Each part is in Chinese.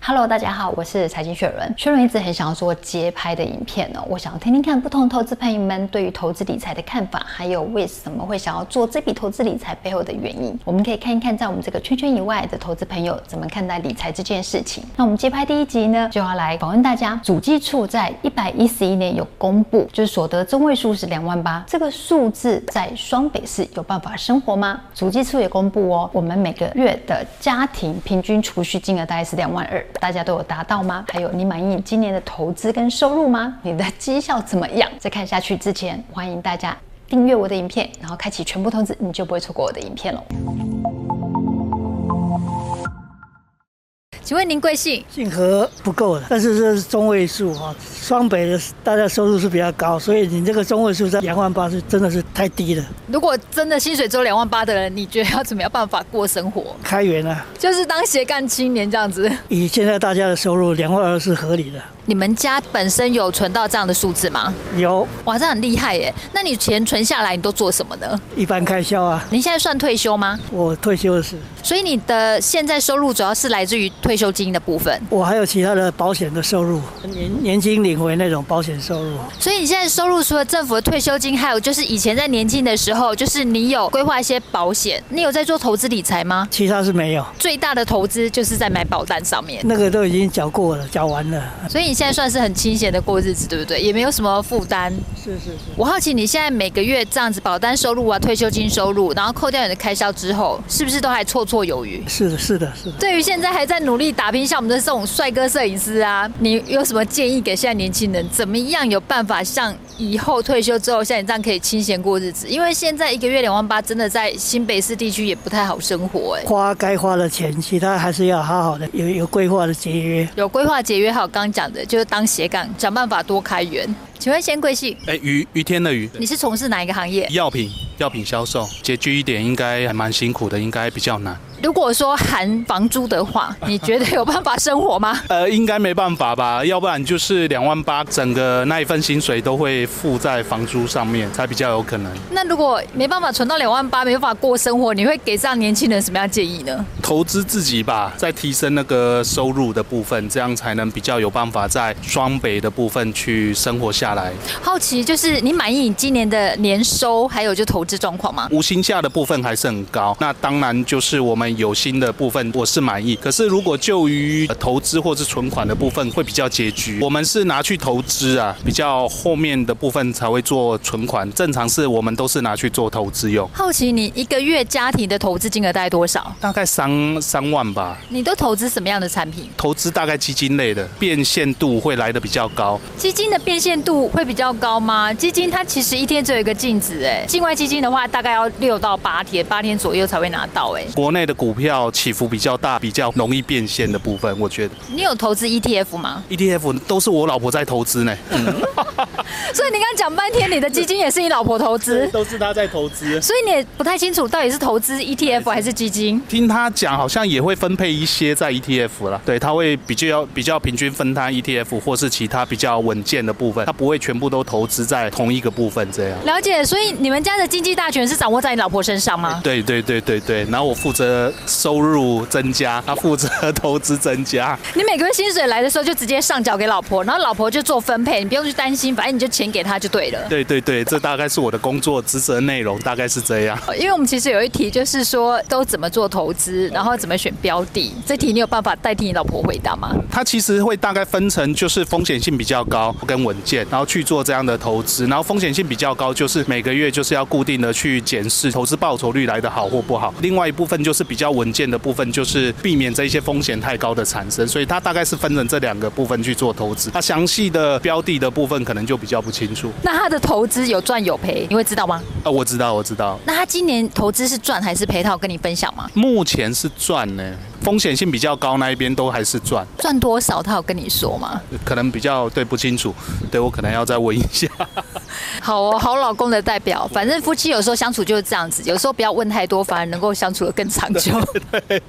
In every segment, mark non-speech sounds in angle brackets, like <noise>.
Hello，大家好，我是财经雪伦。雪伦一直很想要做街拍的影片哦，我想听听看不同投资朋友们对于投资理财的看法，还有为什么会想要做这笔投资理财背后的原因。我们可以看一看在我们这个圈圈以外的投资朋友怎么看待理财这件事情。那我们街拍第一集呢，就要来访问大家。主计处在一百一十一年有公布，就是所得中位数是两万八，这个数字在双北市有办法生活吗？主计处也公布哦，我们每个月的家庭平均储蓄金额大概是两万二，大家都有达到吗？还有你满意你今年的投资跟收入吗？你的绩效怎么样？在看下去之前，欢迎大家订阅我的影片，然后开启全部通知，你就不会错过我的影片喽。请问您贵姓？姓何不够了，但是这是中位数哈、双北的大家收入是比较高，所以你这个中位数在两万八是真的是太低了。如果真的薪水只有两万八的人，你觉得要怎么样办法过生活？开源啊，就是当斜杠青年这样子。以现在大家的收入两万二是合理的。 <laughs> 你们家本身有存到这样的数字吗？有哇，这很厉害耶！那你钱存下来，你都做什么呢？一般开销啊，你现在算退休吗？我退休的时，所以你的现在收入主要是来自于退休金的部分。我还有其他的保险的收入，年年金领回那种保险收入，所以你现在收入除了政府的退休金，还有就是以前在年轻的时候，就是你有规划一些保险，你有在做投资理财吗？其他是没有，最大的投资就是在买保单上面。那个都已经缴过了，缴完了。所以你现在算是很清闲的过日子，对不对？也没有什么负担。是是是，我好奇你现在每个月这样子保单收入啊、退休金收入，然后扣掉你的开销之后，是不是都还绰绰有余？是的，是的，是的。对于现在还在努力打拼像我们的这种帅哥摄影师啊，你有什么建议给现在年轻人？怎么样有办法像以后退休之后像你这样可以清闲过日子？因为现在一个月两万八，真的在新北市地区也不太好生活哎、花该花的钱，其他还是要好好的有有规划的节约。有规划节约好，刚刚讲的就是当斜杠，想办法多开源。请问先贵姓？哎，于于天的于，你是从事哪一个行业？药品药品销售，拮据一点应该还蛮辛苦的，应该比较难。如果说含房租的话，你觉得有办法生活吗？ <laughs> 呃，应该没办法吧，要不然就是两万八，整个那一份薪水都会付在房租上面，才比较有可能。那如果没办法存到两万八，没办法过生活，你会给这样年轻人什么样建议呢？投资自己吧，再提升那个收入的部分，这样才能比较有办法在双北的部分去生活下来。好奇就是你满意你今年的年收还有就投资状况吗？无薪假的部分还是很高，那当然就是我们有薪的部分我是满意，可是如果就于呃投资或是存款的部分会比较拮据，我们是拿去投资啊，比较后面的部分才会做存款，正常是我们都是拿去做投资用，好奇你一个月家庭的投资金额大概多少？大概三三万吧，你都投资什么样的产品？投资大概基金类的变现度会来的比较高，基金的变现度会比较高吗？基金它其实一天只有一个净值，哎，境外基金的话大概要六到八天，八天左右才会拿到，哎，国内的股票起伏比较大，比较容易变现的部分，我觉得你有投资 ETF 吗？ ETF 都是我老婆在投资呢，所以你刚刚讲半天，你的基金也是你老婆投资， <laughs> 都是她在投资。所以你也不太清楚到底是投资 ETF 还是基金。听他讲，好像也会分配一些在 ETF 啦，对，他会比较比较平均分摊 ETF 或是其他比较稳健的部分，他不会全部都投资在同一个部分这样。了解，所以你们家的经济大权是掌握在你老婆身上吗？对对对对对，然后我负责收入增加，他负责投资增加。你每个月薪水来的时候就直接上缴给老婆，然后老婆就做分配，你不用去担心，反正你就钱给她就对了。对对对，这大概是我的工作职责内容，大概是这样。因为我们其实有一题就是说都怎么做投资，然后怎么选标的，这题你有办法代替你老婆回答吗？它其实会大概分成，就是风险性比较高跟稳健，然后去做这样的投资。然后风险性比较高，就是每个月就是要固定的去检视投资报酬率来的好或不好。另外一部分就是比较稳健的部分，就是避免这一些风险太高的产生。所以它大概是分成这两个部分去做投资。那详细的标的的部分可能就比较不清楚。那他的投资有赚有赔，你会知道吗？啊，我知道，我知道。那他今年投资是赚还是赔？他有跟你分享吗？目前是赚呢、风险性比较高那一边都还是赚，赚多少？他有跟你说吗？可能比较对不清楚，对我可能要再问一下。好哦，好老公的代表。反正夫妻有时候相处就是这样子，有时候不要问太多，反而能够相处的更长久。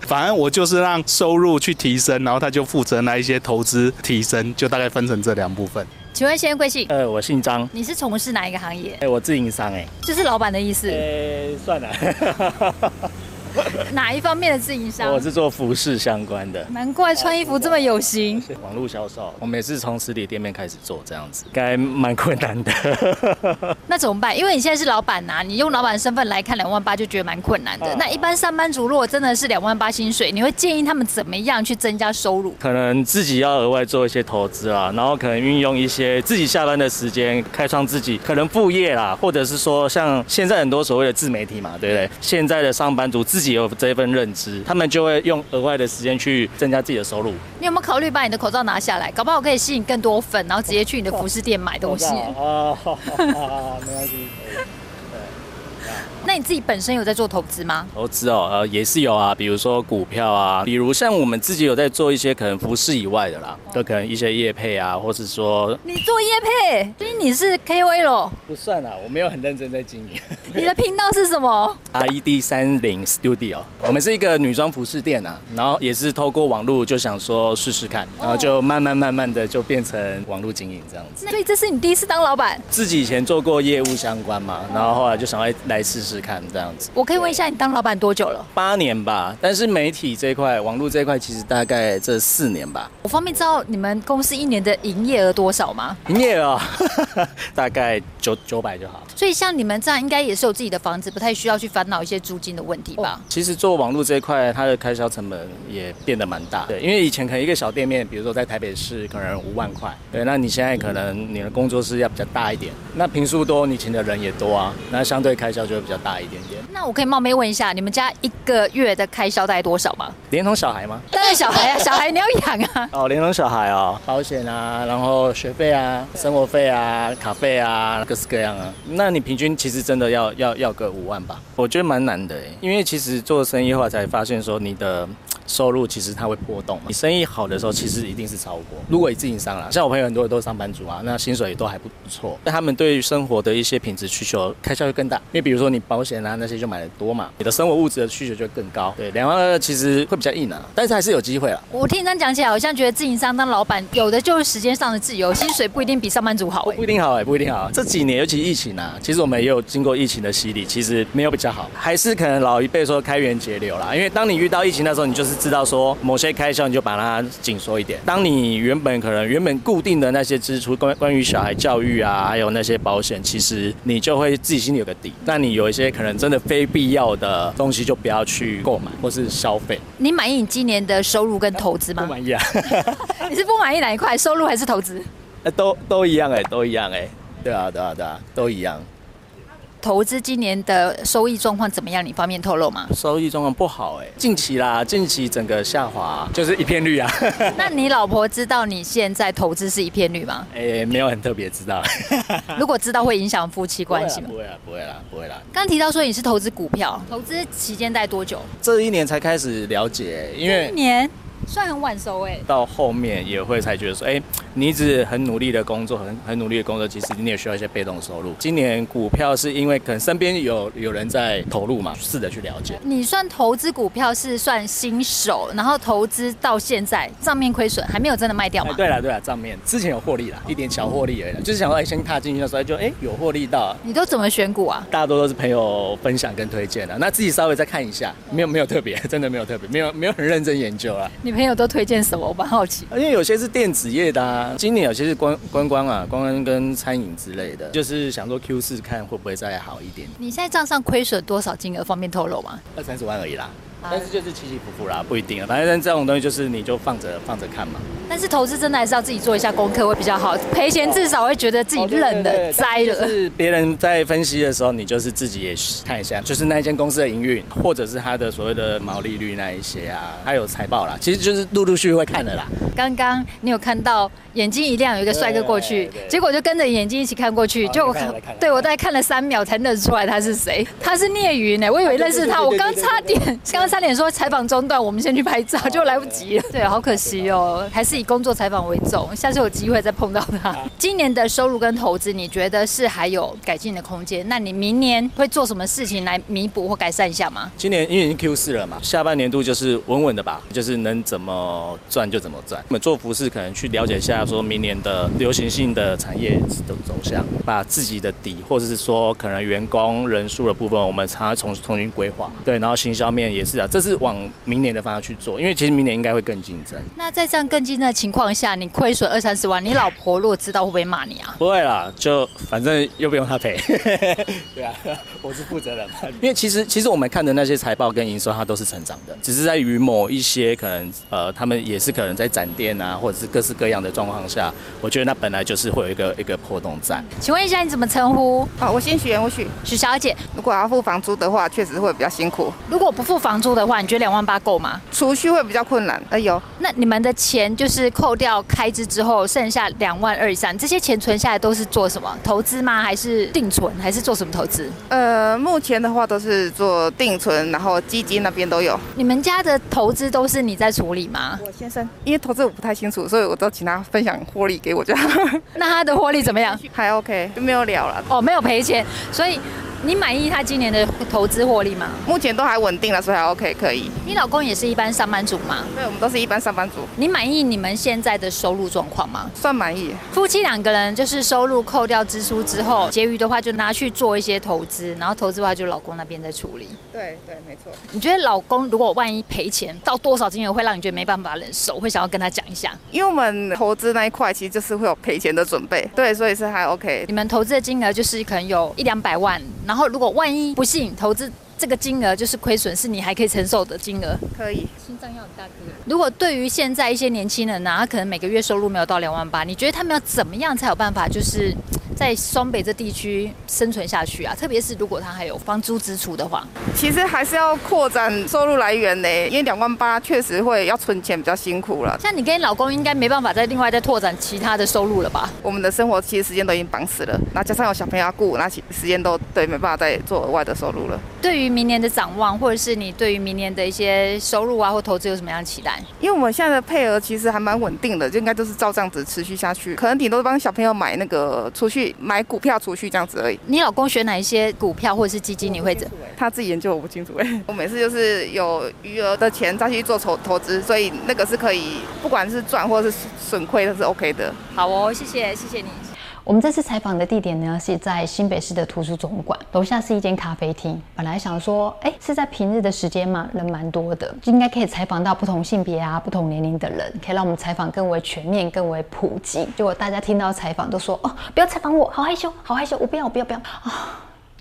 反正我就是让收入去提升，然后他就负责那一些投资提升，就大概分成这两部分。请问先生贵姓？呃，我姓张，你是从事哪一个行业哎、？我自营商哎、就是老板的意思。呃，算了，哪一方面的自营商 <laughs> 我？是做服饰相关的，难怪穿衣服这么有型。网络销售。我们也是从实体店面开始做，这样子应该蛮困难的。那怎么办？因为你现在是老板呐、你用老板身份来看两万八，就觉得蛮困难的。那一般上班族如果真的是两万八薪水，你会建议他们怎么样去增加收入？ <laughs> 可能自己要额外做一些投资啦，然后可能运用一些自己下班的时间，开创自己可能副业啦，或者是说像现在很多所谓的自媒体嘛，对不对？现在的上班族自己有这份认知，他们就会用额外的时间去增加自己的收入。你有没有考虑把你的口罩拿下来？搞不好可以吸引更多粉，然后直接去你的服饰店买东西。啊，没关系。那你自己本身有在做投资吗？投资哦，呃，也是有啊，比如说股票啊，比如像我们自己有在做一些可能服饰以外的啦，都可能一些业配啊，或是说你做业配，所以你是 KOL，不算啦，我没有很认真在经 <laughs> 营。哦你的频道是什么？ IED 三零 Studio，我们是一个女装服饰店啊，然后也是透过网络就想说试试看，然后就慢慢慢慢的就变成网络经营这样子。所以这是你第一次当老板，自己以前做过业务相关嘛，然后后来就想来来试试看这样子。我可以问一下你当老板多久了？八年吧，但是媒体这一块、网络这一块，其实大概这四年吧。我方便知道你们公司一年的营业额多少吗？营业额、 <laughs> 哦、大概九九百就好。所以像你们这样，应该也是有自己的房子，不太需要去烦恼一些租金的问题吧？其实做网络这一块，它的开销成本也变得蛮大。对，因为以前可能一个小店面，比如说在台北市可能五万块，对，那你现在可能你的工作室要比较大一点，那平数多，你请的人也多啊，那相对开销就会比较大一点点。那我可以冒昧问一下，你们家一个月的开销大概多少吗？连同小孩吗？当然小孩啊，小孩你要养啊。 <laughs> 哦，连同小孩哦，保险啊，然后学费啊，生活费啊，卡费啊，各式各样啊。那你平均其实真的要要要个五万吧？我觉得蛮难的诶，欸因为其实做生意后来才发现说你的。收入其实它会波动嘛，你生意好的时候其实一定是超过。如果以自营商啦，像我朋友很多都是上班族啊，那薪水也都还不错，但他们对于生活的一些品质需求开销就更大，因为比如说你保险啊那些就买的多嘛，你的生活物质的需求就更高。对，两万二其实会比较硬啊，但是还是有机会啦。我听你这样讲起来，好像觉得自营商当老板，有的就是时间上的自由，薪水不一定比上班族好哎不。一定好哎、不一定好。这几年尤其疫情啊，其实我们也有经过疫情的洗礼，其实没有比较好，还是可能老一辈说开源节流啦。因为当你遇到疫情那时候，你就是知道说某些开销你就把它紧缩一点。当你原本可能原本固定的那些支出，关关于小孩教育啊，还有那些保险，其实你就会自己心里有个底。那你有一些可能真的非必要的东西就不要去购买或是消费。你满意你今年的收入跟投资不吗？满意啊？ <laughs> 你是不满意哪一块？收入还是投资？都都一样哎、都一样哎、对啊，对啊，对啊，都一样。？投资今年的收益状况怎么样？你方便透露吗 <laughs> 收益状况不好哎、近期啦，近期整个下滑、就是一片绿 <laughs> 啊。那你老婆知道你现在投资是一片绿 <laughs> 吗？哎、没有很特别知道。如果知道，会影响夫妻关系吗啊不？会啦，不会啦，不会啦。刚提到说你是投资股票，投资期间在多久？这一年才开始了解、因一为年，算很晚熟哎。到后面也会才觉得说，哎、你一直很努力的工作，很很努力的工作，其实你也需要一些被动收入。今年股票是因为可能身边有有人在投入嘛，试着去了解。你算投资股票是算新手，然后投资到现在账面亏损还没有真的卖掉哎，吗？对了对了，账面之前有获利啦，一点小获利而已啦，就是想说，哎、先踏进去的时候就哎、有获利到，你都怎么选股啊？大多都是朋友分享跟推荐的，那自己稍微再看一下，没有没有特别， <laughs> 真的没有特别，没有没有很认真研究啊。你朋友都推荐什么？我蛮好奇。因为有些是电子业的、啊，今年有些是观观光啊，观光跟餐饮之类的，就是想说 Q 四看会不会再好一点，你现在账上亏损多少金额？方便透露吗？二三十万而已啦。啊但是就是起起伏伏啦，不一定啊。反正这种东西就是你就放着放着看嘛。但是投资真的还是要自己做一下功课会比较好，赔钱至少会觉得哦自己认了、栽但是就了。是别人在分析的时候，你就是自己也看一下，就是那一间公司的营运，或者是它的所谓的毛利率那一些啊，还有财报啦，其实就是陆陆续续会看的啦。刚刚你有看到眼睛一亮，有一个帅哥过去对对，对结果就跟着眼睛一起看过去，好就我你看看我来看，对欸啊我大概看了三秒才认出来他是谁，他是聂云呢，我以为认识他，我刚差点，刚差点说采访中断，我们先去拍照，哦就来不及了。对，好可惜哦，还是以工作采访为重，下次有机会再碰到 <laughs> 他。今年的收入跟投资，你觉得是还有改进的空间？那你明年会做什么事情来弥补或改善一下吗？今年因为已经 Q 四了嘛，下半年度就是稳稳的吧，就是能怎么赚就怎么赚。我们做服饰可能去了解一下，说明年的流行性的产业的走向，把自己的底或者是说可能员工人数的部分，我们常常重重新规划。对，然后行销面也是啊，这是往明年的方向去做，因为其实明年应该会更竞争。那在这样更激进的情况下，你亏损二三十万，你老婆如果知道会不会骂你啊？不会啦，就反正又不用他赔。 <laughs> 对啊，我是负责人嘛。因为其实其实我们看的那些财报跟营收，它都是成长的，只是在于某一些可能呃，他们也是可能在展店啊，或者是各式各样的状况下，我觉得那本来就是会有一个一个破洞在。请问一下，你怎么称呼？哦，我先许愿，我许。许小姐，如果要付房租的话，确实会比较辛苦，如果不付房租的话，你觉得两万八够吗？储蓄会比较困难。哎呦，那你们的钱就是扣掉开支之后，剩下两万二以上，这些钱存下来都是做什么？投资吗？还是定存？还是做什么投资？呃，目前的话都是做定存，然后基金那边都有。你们家的投资都是你在处理吗？我先生，因为投资我不太清楚，所以我都请他分享获利给我就好，那他的获利怎么样？ <laughs> 还 OK，就没有聊了。哦，没有赔钱，所以你满意他今年的投资获利吗？目前都还稳定了，所以还 OK，可以。你老公也是一般上班族吗？对，我们都是一般上班族，你满意你们现在的收入状况吗？算满意。夫妻两个人就是收入扣掉支出之后，结余的话就拿去做一些投资，然后投资的话就老公那边在处理。对对，没错。你觉得老公如果万一赔钱到多少金额会让你觉得没办法忍受，会想要跟他讲一下？因为我们投资那一块其实就是会有赔钱的准备，对，所以是还 OK。你们投资的金额就是可能有一两百万，然后如果万一不幸投资这个金额就是亏损，是你还可以承受的金额。可以，心脏要很大颗。如果对于现在一些年轻人啊，他可能每个月收入没有到两万八，你觉得他们要怎么样才有办法，就是在双北这地区生存下去啊？特别是如果他还有房租支出的话，其实还是要扩展收入来源呢，因为两万八确实会要存钱比较辛苦了。像你跟你老公应该没办法再另外再拓展其他的收入了吧？我们的生活其实时间都已经绑死了，那加上有小朋友要顾，那其时间都对没办法再做额外的收入了。对于明年的展望，或者是你对于明年的一些收入啊或投资有什么样的期待？因为我们现在的配额其实还蛮稳定的，就应该就是照这样子持续下去，可能顶多帮小朋友买那个储蓄、买股票储蓄这样子而已。你老公选哪一些股票或者是基金你会怎？他自己研究我不清楚哎、 <laughs> 我每次就是有余额的钱再去做投投资，所以那个是可以，不管是赚或是损亏都是 OK 的。好哦，谢谢谢谢你。我们这次采访的地点呢是在新北市的图书总馆，楼下是一间咖啡厅。本来想说，哎，是在平日的时间嘛，人蛮多的，应该可以采访到不同性别啊、不同年龄的人，可以让我们采访更为全面、更为普及。结果大家听到采访都说，哦，不要采访我，好害羞，好害羞，我不要，我不要，不要啊。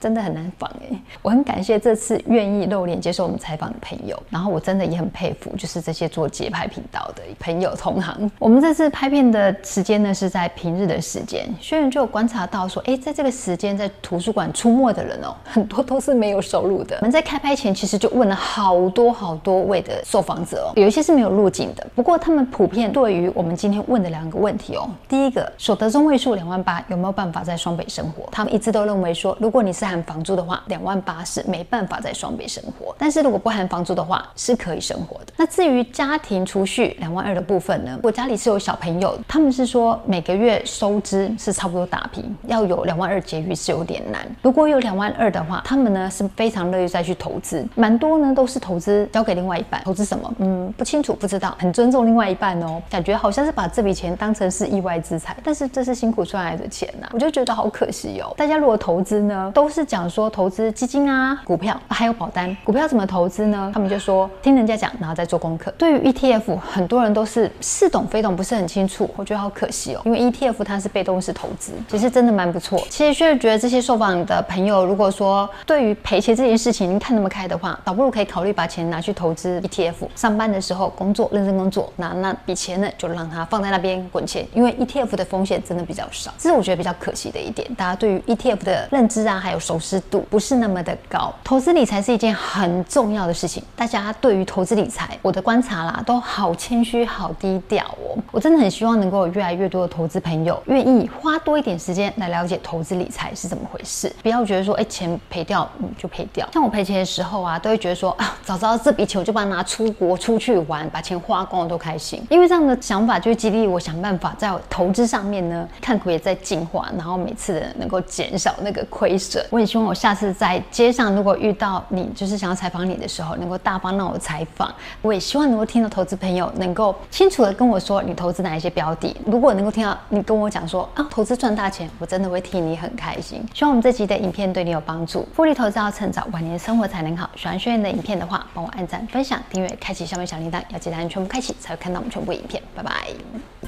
真的很难防哎、我很感谢这次愿意露脸接受我们采访的朋友，然后我真的也很佩服，就是这些做节拍频道的朋友同行。我们这次拍片的时间呢是在平日的时间，轩然就有观察到说，哎，在这个时间在图书馆出没的人哦，很多都是没有收入的。我们在开拍前其实就问了好多好多位的受访者哦，有一些是没有入境的，不过他们普遍对于我们今天问的两个问题哦，第一个所得中位数两万八有没有办法在双北生活？他们一直都认为说，如果你是含房租的话，两万八是没办法在双北生活；但是如果不含房租的话，是可以生活的。那至于家庭储蓄两万二的部分呢？我家里是有小朋友，他们是说每个月收支是差不多打平，要有两万二结余是有点难。如果有两万二的话，他们呢是非常乐意再去投资，蛮多呢都是投资交给另外一半，投资什么？嗯，不清楚，不知道，很尊重另外一半哦，感觉好像是把这笔钱当成是意外之财，但是这是辛苦赚来的钱呐、我就觉得好可惜哦。大家如果投资呢，都是讲说投资基金啊、股票，还有保单，股票怎么投资呢？他们就说听人家讲，然后再做功课。对于 ETF，很多人都是似懂非懂，不是很清楚，我觉得好可惜哦，因为 ETF 它是被动式投资，其实真的蛮不错。其实确实觉得这些受访的朋友，如果说对于赔钱这件事情看那么开的话，倒不如可以考虑把钱拿去投资 ETF。上班的时候工作认真工作，那那笔钱呢就让它放在那边滚钱，E 因为 ETF E 的风险真的比较少，这是我觉得比较可惜的一点。大家对于 ETF 的认知啊，还有手。熟识度不是那么的高。投资理财是一件很重要的事情，大家对于投资理财，我的观察啦，都好谦虚、好低调哦。我真的很希望能够有越来越多的投资朋友愿意花多一点时间来了解投资理财是怎么回事，不要觉得说，哎，钱赔掉嗯就赔掉。像我赔钱的时候啊，都会觉得说啊，早知道这笔钱我就把它拿出国出去玩，把钱花光我都开心。因为这样的想法就会激励我想办法在投资上面呢，看可不可以再进化，然后每次能够减少那个亏损。我很希望我下次在街上如果遇到你，就是想要采访你的时候，能够大方让我采访。我也希望能够听到投资朋友能够清楚的跟我说你投资哪一些标的。如果能够听到你跟我讲说啊，投资赚大钱，我真的会替你很开心。希望我们这期的影片对你有帮助。复利投资要趁早，晚年生活才能好。喜欢轩燕的影片的话，帮我按赞、分享、订阅、开启下面小铃铛，要记得按全部开启才会看到我们全部影片。拜拜。